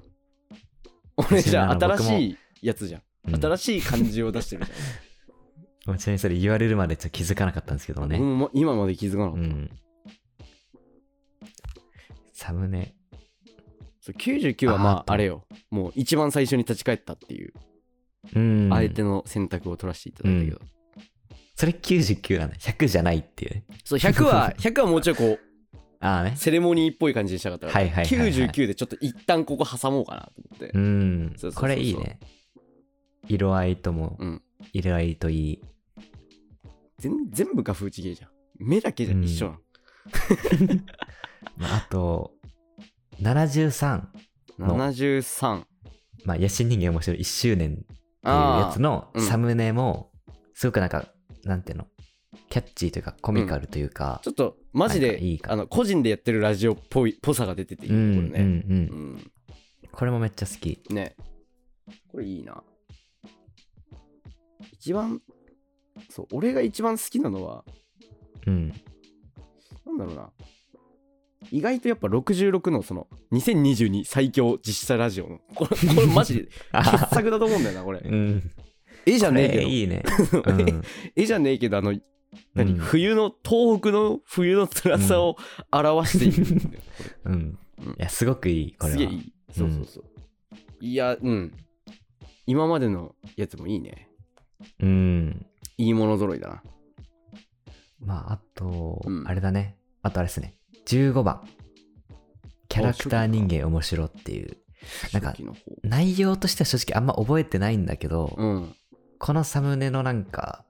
[SPEAKER 2] 俺じゃあ
[SPEAKER 1] そうなの
[SPEAKER 2] 新しいやつじゃん
[SPEAKER 1] うん、
[SPEAKER 2] 新しい漢字を出してるじ
[SPEAKER 1] もうちなみにそれ言われるまでちょっと気づかなかったんですけども
[SPEAKER 2] ゃん、
[SPEAKER 1] ね、
[SPEAKER 2] ほんま今まで気づかなかった、
[SPEAKER 1] うんサムネ
[SPEAKER 2] そう99は
[SPEAKER 1] あー
[SPEAKER 2] ま
[SPEAKER 1] っ
[SPEAKER 2] あ
[SPEAKER 1] と
[SPEAKER 2] あれよもう一番最初に立ち返ったっていう
[SPEAKER 1] うん
[SPEAKER 2] 相手の選択を取らせていただいたけど、
[SPEAKER 1] それ99なんだ100じゃないっていうね
[SPEAKER 2] そう100は100はも うちょいこう
[SPEAKER 1] ああね
[SPEAKER 2] セレモニーっぽい感じにしたかったから、
[SPEAKER 1] はいはいはいはい
[SPEAKER 2] 99でちょっと一旦ここ挟もうかなと思って、
[SPEAKER 1] うん
[SPEAKER 2] そうそうそうそう
[SPEAKER 1] これいいね色合いとも、
[SPEAKER 2] うん
[SPEAKER 1] 色合いといい
[SPEAKER 2] 全全部画風ちげえじゃん目だけじゃん、
[SPEAKER 1] うん
[SPEAKER 2] 一緒なの
[SPEAKER 1] まああと73
[SPEAKER 2] 73
[SPEAKER 1] まあ、野心人間面白い1周年っていうや
[SPEAKER 2] あ
[SPEAKER 1] つの
[SPEAKER 2] あーうん
[SPEAKER 1] サムネも、すごくなんか、なんていうの、キャッチーというか、コミカルというか
[SPEAKER 2] ち、ょっとマジ
[SPEAKER 1] なん
[SPEAKER 2] で
[SPEAKER 1] かいいか
[SPEAKER 2] あの個人でやってるラジオっぽいぽさが出てていい
[SPEAKER 1] うん、うん、う。
[SPEAKER 2] ねこれね、うんん
[SPEAKER 1] これもめっちゃ好き。
[SPEAKER 2] ねこれいいな一番そう俺が一番好きなのは
[SPEAKER 1] うん。
[SPEAKER 2] なんだろうな意外とやっぱ66のその2022最強実写ラジオのこれこれ マジで傑作だと思うんだよなこれ
[SPEAKER 1] うん。
[SPEAKER 2] 絵じゃねえ
[SPEAKER 1] これ
[SPEAKER 2] け
[SPEAKER 1] いい ね。
[SPEAKER 2] ど、
[SPEAKER 1] う
[SPEAKER 2] 絵じゃねえけどあの何、
[SPEAKER 1] うん
[SPEAKER 2] 冬の東北の冬の辛さを表しているんだよ、これ
[SPEAKER 1] ん。うん
[SPEAKER 2] うん。
[SPEAKER 1] いや、すごくいい、 これ
[SPEAKER 2] す
[SPEAKER 1] は。
[SPEAKER 2] げえいい。そうそうそう。いや、うん。今までのやつもいいね。
[SPEAKER 1] うん。
[SPEAKER 2] いいもの揃いだな。
[SPEAKER 1] まあ、あと、
[SPEAKER 2] うん
[SPEAKER 1] あれだね。あとあれですね。15番。キャラクター人間面白っていう。なんか
[SPEAKER 2] 初期の方
[SPEAKER 1] 内容としては正直あんま覚えてないんだけど、
[SPEAKER 2] うん。
[SPEAKER 1] このサムネのなんか、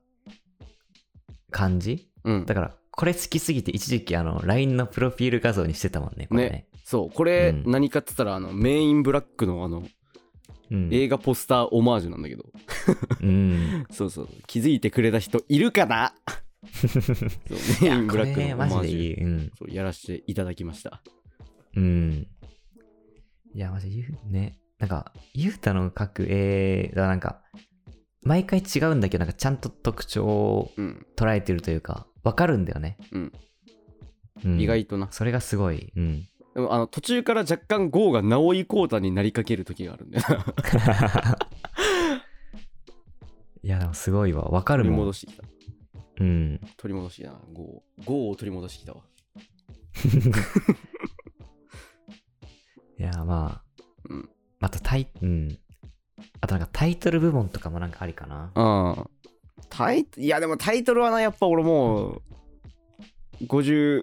[SPEAKER 1] 感じ
[SPEAKER 2] うん
[SPEAKER 1] だ。から、これ好きすぎて、一時期、あの、LINE のプロフィール画像にしてたもんね、これね。
[SPEAKER 2] そう、これ
[SPEAKER 1] うん
[SPEAKER 2] 何かっつったら、あの、メインブラックのあの、
[SPEAKER 1] うん。
[SPEAKER 2] 映画ポスターオマージュなんだけど。
[SPEAKER 1] うん。
[SPEAKER 2] そうそう。気づいてくれた人いる かなそうメインブ
[SPEAKER 1] こ
[SPEAKER 2] ラックの
[SPEAKER 1] れ、
[SPEAKER 2] オ
[SPEAKER 1] マ
[SPEAKER 2] マ
[SPEAKER 1] ジ
[SPEAKER 2] ー
[SPEAKER 1] で
[SPEAKER 2] ジ
[SPEAKER 1] い
[SPEAKER 2] ュ。
[SPEAKER 1] い。うん。
[SPEAKER 2] そうやらせていただきました。
[SPEAKER 1] うん。いや、マジでゆう、ね。なんか、ゆうたの描く絵が、なんか、毎回違うんだけど、なんか、ちゃんと特徴を
[SPEAKER 2] うん。
[SPEAKER 1] 捉えてるというか、わかるんだよね。
[SPEAKER 2] うん
[SPEAKER 1] うん
[SPEAKER 2] 意外とな。
[SPEAKER 1] それがすごい。うん。
[SPEAKER 2] でもあの途中から若干ゴーが直井浩太になりかける時があるんだよな。
[SPEAKER 1] いや、でもすごいわ。わかる
[SPEAKER 2] 取り
[SPEAKER 1] もん
[SPEAKER 2] 戻。してきた。
[SPEAKER 1] うん。
[SPEAKER 2] 取り戻してきたな5を5を取り戻してきたわ
[SPEAKER 1] いや、まあ、
[SPEAKER 2] うん
[SPEAKER 1] あとタイ、うん。あとなんかタイトル部門とかもなんかありかな。
[SPEAKER 2] うんタイいやでもタイトルはなやっぱ俺もう50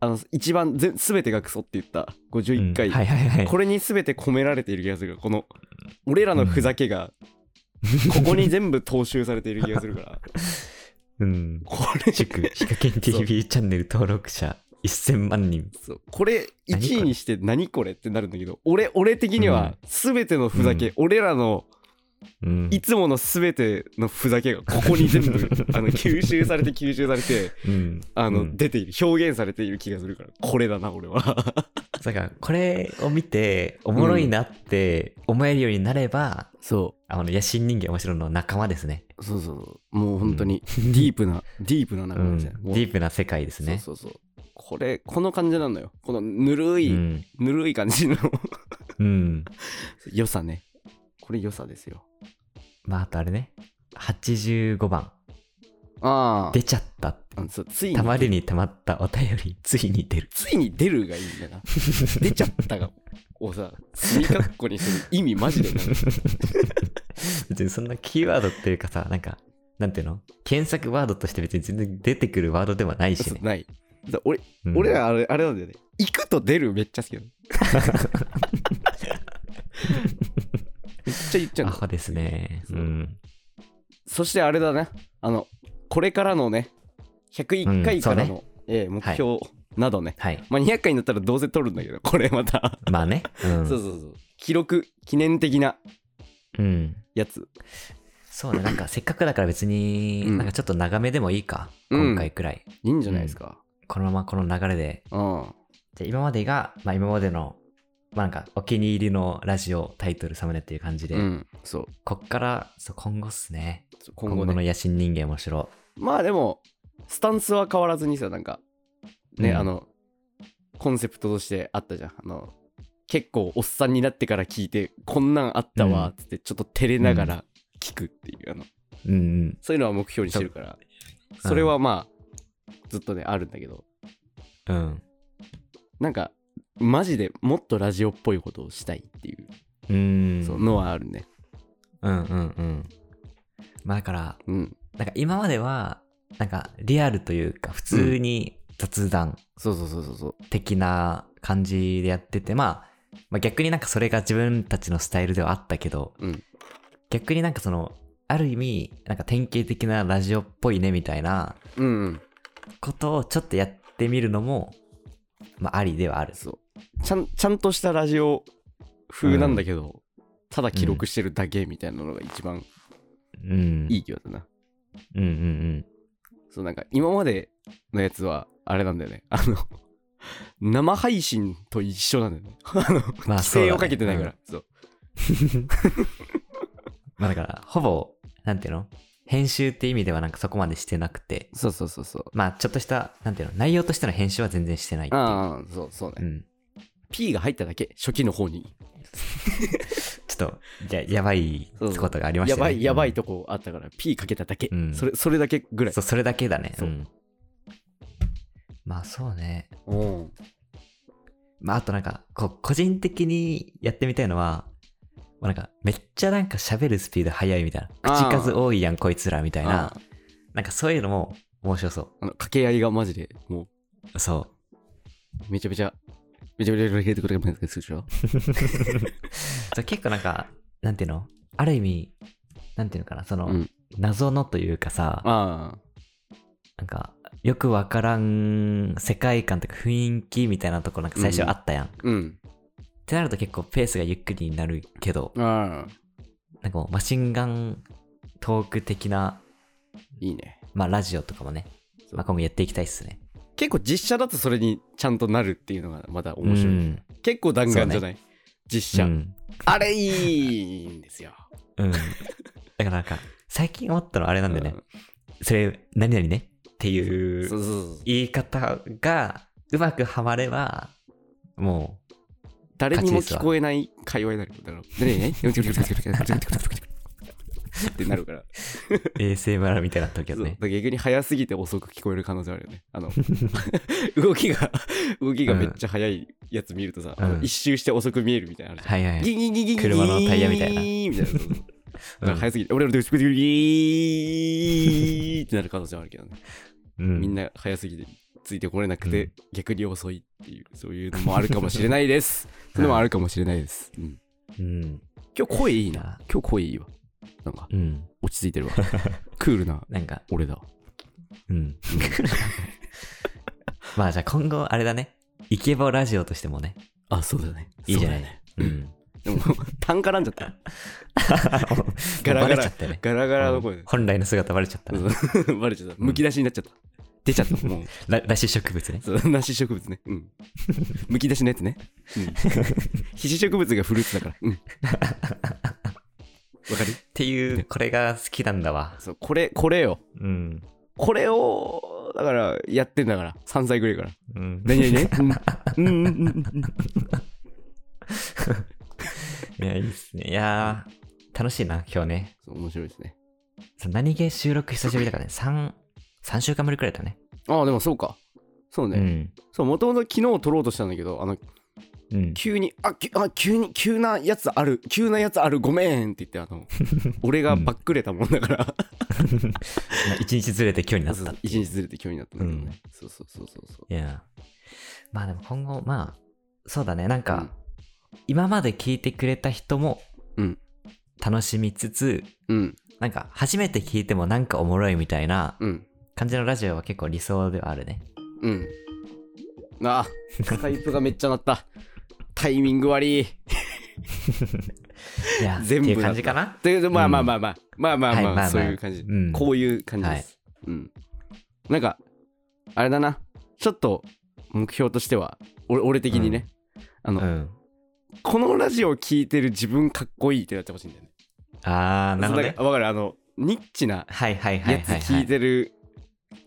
[SPEAKER 2] あの一番ぜ全てがクソって言った51回、
[SPEAKER 1] うんはいはいはい。
[SPEAKER 2] これに全て込められている気がするこの俺らのふざけがここに全部踏襲されている気がするから
[SPEAKER 1] うん。
[SPEAKER 2] これ
[SPEAKER 1] 祝、ヒカキン TV チャンネル登録者1000万人。
[SPEAKER 2] そうこれ
[SPEAKER 1] 何これ
[SPEAKER 2] 1位にして何これってなるんだけど俺俺的には全てのふざけ、
[SPEAKER 1] うん
[SPEAKER 2] 俺らの
[SPEAKER 1] うん。
[SPEAKER 2] いつもの全てのふざけがここに全部あの吸収されて吸収されて
[SPEAKER 1] うん。
[SPEAKER 2] あの、
[SPEAKER 1] うん
[SPEAKER 2] 出ている表現されている気がするからこれだな俺は
[SPEAKER 1] だから、これを見て、おもろいなって思えるようになれば、
[SPEAKER 2] そ
[SPEAKER 1] あの、野心人間面白いの仲間ですね。
[SPEAKER 2] うそうそうそうもう本当にディープなディープな
[SPEAKER 1] う
[SPEAKER 2] 中
[SPEAKER 1] ん。デ
[SPEAKER 2] ですね、
[SPEAKER 1] ィ
[SPEAKER 2] もう
[SPEAKER 1] ープな世界ですね。
[SPEAKER 2] そうそうそうこれこの感じなのよこのぬるい、
[SPEAKER 1] うん。
[SPEAKER 2] ぬるい感じの
[SPEAKER 1] うん。
[SPEAKER 2] 良さねこれ良さですよ
[SPEAKER 1] まあ、あとあれね。85番。
[SPEAKER 2] ああ
[SPEAKER 1] 出ちゃった。
[SPEAKER 2] うんそうつい
[SPEAKER 1] た
[SPEAKER 2] に
[SPEAKER 1] まりにたまったお便り、ついに出る。
[SPEAKER 2] ついに出るがいいんだな出ちゃったがをさ隅かっこにする意味 マジでない
[SPEAKER 1] 別にそんなキーワードっていうかさ、なんか、なんていうの検索ワードとして別に全然出てくるワードではないし
[SPEAKER 2] そう
[SPEAKER 1] ね。
[SPEAKER 2] ないだ俺
[SPEAKER 1] うん
[SPEAKER 2] 俺らあれあれなんだよね行くと出るめっちゃ好きなのめっちゃ言っちゃう
[SPEAKER 1] ア
[SPEAKER 2] の
[SPEAKER 1] ホですね。。
[SPEAKER 2] そううんそしてあれだねあのこれからのね101
[SPEAKER 1] う
[SPEAKER 2] 回
[SPEAKER 1] んそ
[SPEAKER 2] か
[SPEAKER 1] うね
[SPEAKER 2] らの、えー目標などね、
[SPEAKER 1] はい。
[SPEAKER 2] まあ、200回になったらどうせ撮るんだけど これまた、
[SPEAKER 1] まあね。うん。
[SPEAKER 2] そうそうそう記録記念的な
[SPEAKER 1] うん。
[SPEAKER 2] やつ
[SPEAKER 1] そうね。なんかせっかくだから別に、
[SPEAKER 2] うん
[SPEAKER 1] なんかちょっと長めでもいいか。
[SPEAKER 2] うん
[SPEAKER 1] 今回くらい。
[SPEAKER 2] いいんじゃないですか
[SPEAKER 1] このままこの流れで。
[SPEAKER 2] うん、
[SPEAKER 1] じゃあ今までが、まあ今までの、まあなんかお気に入りのラジオタイトルサムネっていう感じで、
[SPEAKER 2] うん、そう
[SPEAKER 1] こっから、そう、今後っすね。
[SPEAKER 2] 今
[SPEAKER 1] 今
[SPEAKER 2] 後
[SPEAKER 1] 後
[SPEAKER 2] ね
[SPEAKER 1] の野心人間面白。
[SPEAKER 2] まあでもスタンスは変わらずにさなんかね、
[SPEAKER 1] うん
[SPEAKER 2] あのコンセプトとしてあったじゃんあの結構おっさんになってから聞いてこんなんあったわ
[SPEAKER 1] う
[SPEAKER 2] っつってちょっと照れながら聞くっていう、あの
[SPEAKER 1] うんうん。
[SPEAKER 2] そういうのは目標にしてるから
[SPEAKER 1] うん
[SPEAKER 2] それはまあずっとねあるんだけど
[SPEAKER 1] うん。
[SPEAKER 2] なんかマジでもっとラジオっぽいことをしたいっていう
[SPEAKER 1] うーん。
[SPEAKER 2] そうのはあるね
[SPEAKER 1] うんうんうん。まあだから、
[SPEAKER 2] うん
[SPEAKER 1] なんか今までは、なんかリアルというか、普通に雑談
[SPEAKER 2] そうそうそうそうそう
[SPEAKER 1] 的な感じでやってて、まあ、まあ逆になんかそれが自分たちのスタイルではあったけど、
[SPEAKER 2] うん
[SPEAKER 1] 逆になんかその、ある意味、なんか典型的なラジオっぽいねみたいな
[SPEAKER 2] うんうん
[SPEAKER 1] ことをちょっとやってみるのも、まあありではある。
[SPEAKER 2] そうちゃんちゃんとしたラジオ風なんだけど、ただ記録してるだけみたいなのが一番
[SPEAKER 1] うん。
[SPEAKER 2] いい気がするな、
[SPEAKER 1] うんうんうん。
[SPEAKER 2] そうなんか今までのやつはあれなんだよねあの 生配信と一緒なんだよね あ
[SPEAKER 1] ま
[SPEAKER 2] の
[SPEAKER 1] あ
[SPEAKER 2] 規
[SPEAKER 1] そうだね
[SPEAKER 2] 制をかけてないから、そう
[SPEAKER 1] まあだから、ほぼ、なんていうの編集って意味ではなんかそこまでしてなくて、
[SPEAKER 2] そうそうそうそう
[SPEAKER 1] まあちょっとした、なんていうの内容としての編集は全然してないっていう。
[SPEAKER 2] ああそうそうね、
[SPEAKER 1] うん
[SPEAKER 2] P が入っただけ初期の方に
[SPEAKER 1] ちょっと、ややばい
[SPEAKER 2] そうそう
[SPEAKER 1] ことがありまし
[SPEAKER 2] や
[SPEAKER 1] たね。
[SPEAKER 2] ばいやばい
[SPEAKER 1] と。
[SPEAKER 2] とこあったから P かけただけ、
[SPEAKER 1] うん
[SPEAKER 2] それそれだけぐらい
[SPEAKER 1] そう、それだけだね。
[SPEAKER 2] そう
[SPEAKER 1] うんまあそうね。
[SPEAKER 2] うん
[SPEAKER 1] まああとなんか、こう個人的にやってみたいのは、まあなんか、めっちゃなんか喋るスピード速いみたいな。
[SPEAKER 2] あー
[SPEAKER 1] 口数多いやん、こいつらみたい
[SPEAKER 2] あ
[SPEAKER 1] な。なんかそういうのも面白そ
[SPEAKER 2] あの掛け合いがマジでもう
[SPEAKER 1] う。そう。
[SPEAKER 2] めちゃめちゃめちゃめちゃ入れてくれるでし
[SPEAKER 1] そ
[SPEAKER 2] ょ
[SPEAKER 1] う結構なんか、なんていうのある意味、なんていうのかな、その、
[SPEAKER 2] うん
[SPEAKER 1] 謎のというかさ、
[SPEAKER 2] ああ
[SPEAKER 1] なんか、よくわからん世界観とか雰囲気みたいなとこなんか最初あったやん。っ
[SPEAKER 2] うん
[SPEAKER 1] てなると結構ペースがゆっくりになるけど、
[SPEAKER 2] ああ
[SPEAKER 1] なんかもうマシンガントーク的な、
[SPEAKER 2] いいね
[SPEAKER 1] まあラジオとかもね、
[SPEAKER 2] そう
[SPEAKER 1] まあ今後やっていきたいっすね。
[SPEAKER 2] 結構実写だとそれにちゃんとなるっていうのがまだ面白い、
[SPEAKER 1] うん。
[SPEAKER 2] 結構弾丸じゃない、実写、
[SPEAKER 1] うん。
[SPEAKER 2] あれいいんですよ
[SPEAKER 1] うん、だからなんか、最近思ったのはあれなんだよね。それ、何々ねって
[SPEAKER 2] う
[SPEAKER 1] い
[SPEAKER 2] んそうそうそう
[SPEAKER 1] 言い方がうまくはまれば、も
[SPEAKER 2] 誰にも聞こえない会話になるだからねえねえってな るから。
[SPEAKER 1] ASMR みたいになったけ
[SPEAKER 2] そう
[SPEAKER 1] ど
[SPEAKER 2] だ
[SPEAKER 1] ね
[SPEAKER 2] か。ら逆に早すぎて遅く聞こえる可能性あるよね。あの 動きが動きがめっちゃ早いやつ見るとさ、
[SPEAKER 1] うん
[SPEAKER 2] あの一周して遅く見えるみたいなのあるじゃん。
[SPEAKER 1] はいはいはい。
[SPEAKER 2] ギンギンギンギンギン
[SPEAKER 1] 車のタイヤみたいな
[SPEAKER 2] ギンギンみたいなそうそう
[SPEAKER 1] う
[SPEAKER 2] だから
[SPEAKER 1] ん
[SPEAKER 2] 早すぎて、俺らのドゥクドゥクドゥクギーってなる可能性はあるけどね。
[SPEAKER 1] うん、
[SPEAKER 2] みんな早すぎてついてこれなくて、逆に遅いっていうそういうのもあるかもしれないです それもあるかもしれないです、うん
[SPEAKER 1] うん。
[SPEAKER 2] 今日声いいな今日声いいわなんか
[SPEAKER 1] うん。
[SPEAKER 2] 落ち着 いてるわクールな
[SPEAKER 1] なんか、
[SPEAKER 2] 俺だ
[SPEAKER 1] うん。 まあじゃあ今後、あれだね。イケボラジオとしてもね。
[SPEAKER 2] あそうだね
[SPEAKER 1] いいじゃない
[SPEAKER 2] そうだ
[SPEAKER 1] う
[SPEAKER 2] ね
[SPEAKER 1] ん。
[SPEAKER 2] でも単価なんじ ゃったガラ
[SPEAKER 1] バ
[SPEAKER 2] ガ
[SPEAKER 1] レ
[SPEAKER 2] ラ
[SPEAKER 1] ちゃったよね。
[SPEAKER 2] ガラガラの声
[SPEAKER 1] うん
[SPEAKER 2] で、
[SPEAKER 1] 本来の姿バレちゃったな。
[SPEAKER 2] そう バレちゃったむき出しになっちゃった出ちゃったもう
[SPEAKER 1] ららし植物ね。
[SPEAKER 2] そう梨植物ね うんむき出しのやつね、うん、 皮脂植物がフルーツだからうんわかる
[SPEAKER 1] っていう、これが好きなんだわ。
[SPEAKER 2] そうこれこれよ
[SPEAKER 1] うん。
[SPEAKER 2] これをだからやってんだから3歳ぐらいから
[SPEAKER 1] うん、
[SPEAKER 2] 何 々ねうんうんうんうんうん
[SPEAKER 1] いや、いいっすね。いやー、楽しいな、今日ね。
[SPEAKER 2] そう面白いですね
[SPEAKER 1] そう何気収録久しぶりだからね。3、3週間ぶりくらいだね。
[SPEAKER 2] ああでもそうかそうね、
[SPEAKER 1] うん。
[SPEAKER 2] そうもともと昨日撮ろうとしたんだけどあの
[SPEAKER 1] うん。
[SPEAKER 2] 急にあきあ急に急なやつある急なやつあるごめんって言ってあの 俺がばっくれたもんだから
[SPEAKER 1] 1日ずれて今日になっ
[SPEAKER 2] そう
[SPEAKER 1] た
[SPEAKER 2] そ
[SPEAKER 1] っ
[SPEAKER 2] う
[SPEAKER 1] ていう
[SPEAKER 2] 一日ずれて今日になったんだけどね、そうそうそうそうそう
[SPEAKER 1] いや。まあでも今後、まあ、そうだね。なん
[SPEAKER 2] う
[SPEAKER 1] か
[SPEAKER 2] ん、
[SPEAKER 1] 今まで聞いてくれた人も
[SPEAKER 2] うん、
[SPEAKER 1] 楽しみつつ、
[SPEAKER 2] うん
[SPEAKER 1] なんか、初めて聞いてもなんかおもろいみたいな
[SPEAKER 2] うん
[SPEAKER 1] 感じのラジオは結構理想ではあるね。
[SPEAKER 2] うんあスカイプがめっちゃ鳴ったタイミング悪い
[SPEAKER 1] いや、
[SPEAKER 2] 全
[SPEAKER 1] 全部。っ
[SPEAKER 2] 部
[SPEAKER 1] ていう感じかな
[SPEAKER 2] ということでまあ
[SPEAKER 1] うん
[SPEAKER 2] まあまあまあ、まあまあまあ、
[SPEAKER 1] はいまあまあ
[SPEAKER 2] そういう感じ、
[SPEAKER 1] うん
[SPEAKER 2] こういう感じです、うんなんかあれだなちょっと目標としては俺俺的にね、あの、
[SPEAKER 1] うん。
[SPEAKER 2] このラジオを聞いてる自分かっこいいってなってほしいんだよね
[SPEAKER 1] あー、なるほど、ね
[SPEAKER 2] そ。うだからわかるあのニッチな
[SPEAKER 1] はいはいはい
[SPEAKER 2] やつ
[SPEAKER 1] はい、は
[SPEAKER 2] 聞い
[SPEAKER 1] い。
[SPEAKER 2] てる、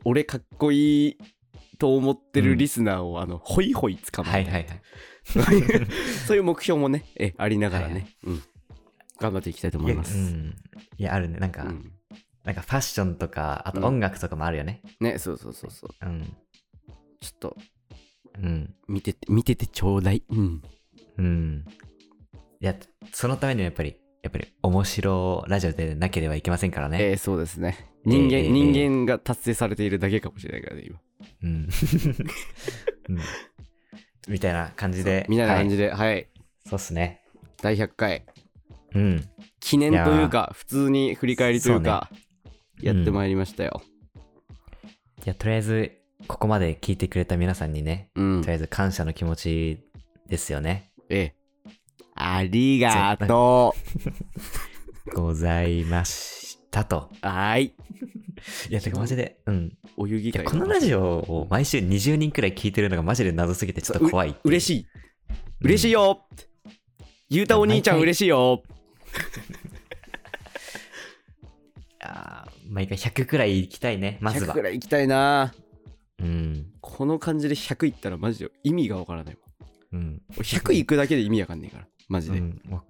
[SPEAKER 2] 俺かっこいいと思ってるリスナーを、あのホイホイつかま
[SPEAKER 1] は
[SPEAKER 2] え
[SPEAKER 1] い
[SPEAKER 2] て、
[SPEAKER 1] はいはい。
[SPEAKER 2] そういう目標もねえありながらね、
[SPEAKER 1] はいは
[SPEAKER 2] うん、頑張っていきたいと思います、
[SPEAKER 1] うん。いや、あるね。なんか、
[SPEAKER 2] うん
[SPEAKER 1] なんかファッションとか、あと
[SPEAKER 2] うん
[SPEAKER 1] 音楽とかもあるよね。
[SPEAKER 2] ねそうそうそうそう
[SPEAKER 1] うん。
[SPEAKER 2] ちょっと
[SPEAKER 1] うん。
[SPEAKER 2] 見てて見ててちょうだい、うん、
[SPEAKER 1] うん。いや、そのためにはやっぱり、やっぱり面白ラジオでなければいけませんからね。
[SPEAKER 2] えー、そうですね人間、
[SPEAKER 1] えーえー
[SPEAKER 2] 人間が達成されているだけかもしれないからね今
[SPEAKER 1] うん。 うんみたいな感じで。
[SPEAKER 2] みたいな感じ
[SPEAKER 1] は
[SPEAKER 2] ではい、
[SPEAKER 1] いそうっすね。
[SPEAKER 2] 第100回
[SPEAKER 1] うん。
[SPEAKER 2] 記念というか普通に振り返りというか
[SPEAKER 1] そうね
[SPEAKER 2] やってまいりましたよ、
[SPEAKER 1] いや、とりあえず、ここまで聞いてくれた皆さんにね、
[SPEAKER 2] うん
[SPEAKER 1] とりあえず感謝の気持ちですよね。
[SPEAKER 2] ええありがと
[SPEAKER 1] ございましたと。
[SPEAKER 2] うはい
[SPEAKER 1] いや、てかマジで、うん。
[SPEAKER 2] お遊戯
[SPEAKER 1] いや、
[SPEAKER 2] 会
[SPEAKER 1] このラジオを毎週20人くらい聞いてるのがマジで謎すぎてちょっと怖い。
[SPEAKER 2] 嬉
[SPEAKER 1] しい
[SPEAKER 2] しい嬉しいよ、ゆうたお兄ちゃん嬉しいよ
[SPEAKER 1] やー。毎回100くらい行きたいね、まず
[SPEAKER 2] 100
[SPEAKER 1] は
[SPEAKER 2] く。らい行きたいな
[SPEAKER 1] うん。
[SPEAKER 2] この感じで100行ったらマジで意味がわからないもん
[SPEAKER 1] うん。
[SPEAKER 2] 俺100行くだけで意味わかんないからマジ
[SPEAKER 1] う
[SPEAKER 2] で、
[SPEAKER 1] ん、もう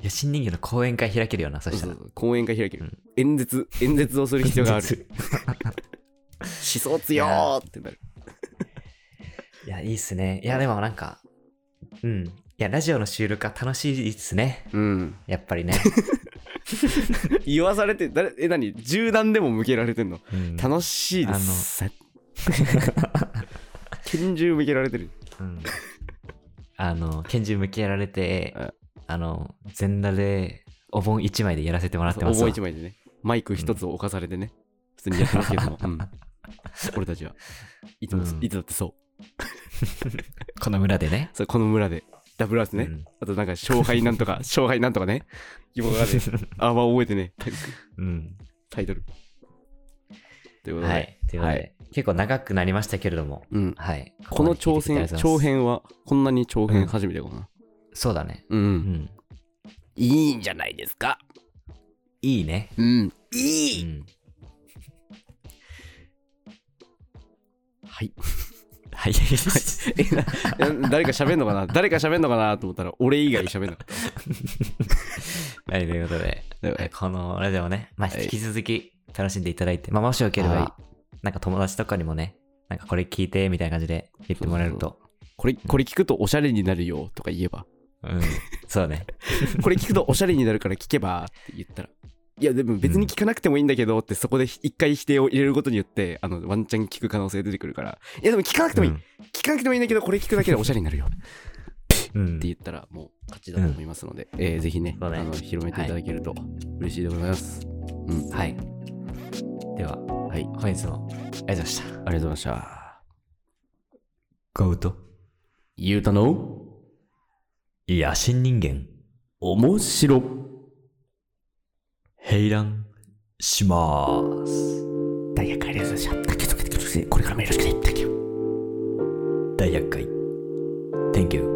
[SPEAKER 1] いや新人形の講演会開けるよな、そ
[SPEAKER 2] そう
[SPEAKER 1] した
[SPEAKER 2] そ
[SPEAKER 1] ら
[SPEAKER 2] う。そう講演会開ける、
[SPEAKER 1] うん
[SPEAKER 2] 演説演説をする必要がある
[SPEAKER 1] る。
[SPEAKER 2] 思想強ーってなる
[SPEAKER 1] いや、いいっすね。いや、でもなんか、うん。いや、ラジオの収録は楽しいっすね。
[SPEAKER 2] うん
[SPEAKER 1] やっぱ りね。
[SPEAKER 2] 言わされて誰え何銃弾でも向けられてんの、
[SPEAKER 1] うん
[SPEAKER 2] 楽しいですあ 拳銃向けられてる
[SPEAKER 1] うんあの、拳銃向けられて
[SPEAKER 2] うん、
[SPEAKER 1] あの、全裸で、お盆一枚でやらせてもらってます
[SPEAKER 2] 重
[SPEAKER 1] わ。
[SPEAKER 2] い一枚でねマイク一つを犯されてね、普通にやってますけども、うん俺た ちはいつも、
[SPEAKER 1] うん
[SPEAKER 2] いつだってそう
[SPEAKER 1] この村でね。
[SPEAKER 2] そうこの村でダブルアースね、
[SPEAKER 1] うん
[SPEAKER 2] あとなんか勝敗な んとか勝敗なんとかね今まであんま覚えてねタイ
[SPEAKER 1] うん。
[SPEAKER 2] タイトルということで、
[SPEAKER 1] はい。ということ
[SPEAKER 2] は
[SPEAKER 1] で、結構長くなりましたけれども、
[SPEAKER 2] うん、
[SPEAKER 1] はい。
[SPEAKER 2] この
[SPEAKER 1] ここま
[SPEAKER 2] 挑
[SPEAKER 1] で聞いてくれてありがとうござ
[SPEAKER 2] 戦長
[SPEAKER 1] います。
[SPEAKER 2] 編はこんなに長編初めてかな
[SPEAKER 1] そうだね。
[SPEAKER 2] うん、
[SPEAKER 1] うん。
[SPEAKER 2] いいんじゃないですか
[SPEAKER 1] いいね。
[SPEAKER 2] うんいうい、
[SPEAKER 1] ん。
[SPEAKER 2] はい
[SPEAKER 1] はい。
[SPEAKER 2] えな誰か喋んのかな誰か喋んのかなと思ったら俺以外喋んなかっ た
[SPEAKER 1] はい、ということで、
[SPEAKER 2] はい
[SPEAKER 1] このラジオをね、まあ、
[SPEAKER 2] はい
[SPEAKER 1] 引き続き楽しんでいただいて、まあ、もしよければ
[SPEAKER 2] あ、
[SPEAKER 1] なんか友達とかにもね、なんかこれ聞いてみたいな感じで言ってもらえると、
[SPEAKER 2] これこれ聞くとおしゃれになるよとか言えば
[SPEAKER 1] うん、そう ね。
[SPEAKER 2] これ聞くとおしゃれになるから聞けばって言ったらいやでも別に聞かなくてもいいんだけどってそこで一回否定を入れることによってあのワンチャン聞く可能性出てくるからいやでも聞かなくてもいい、
[SPEAKER 1] うん
[SPEAKER 2] 聞かなくてもいいんだけどこれ聞くだけでおしゃれになるよって
[SPEAKER 1] うん
[SPEAKER 2] 言ったらもう勝ちだと思いますので、えーぜひね
[SPEAKER 1] そうね
[SPEAKER 2] あの広めていただけると嬉しいでございます、うん
[SPEAKER 1] はい。では、
[SPEAKER 2] はい
[SPEAKER 1] 本日もありがとうございました。
[SPEAKER 2] ありがとうございました
[SPEAKER 1] ガウト、
[SPEAKER 2] ゆうたの
[SPEAKER 1] 野心人間、
[SPEAKER 2] 面白
[SPEAKER 1] 平乱します。
[SPEAKER 2] 大学ありがとうございましただけどだけどこれからもよろしくねだけど
[SPEAKER 1] 第100回、Thank you.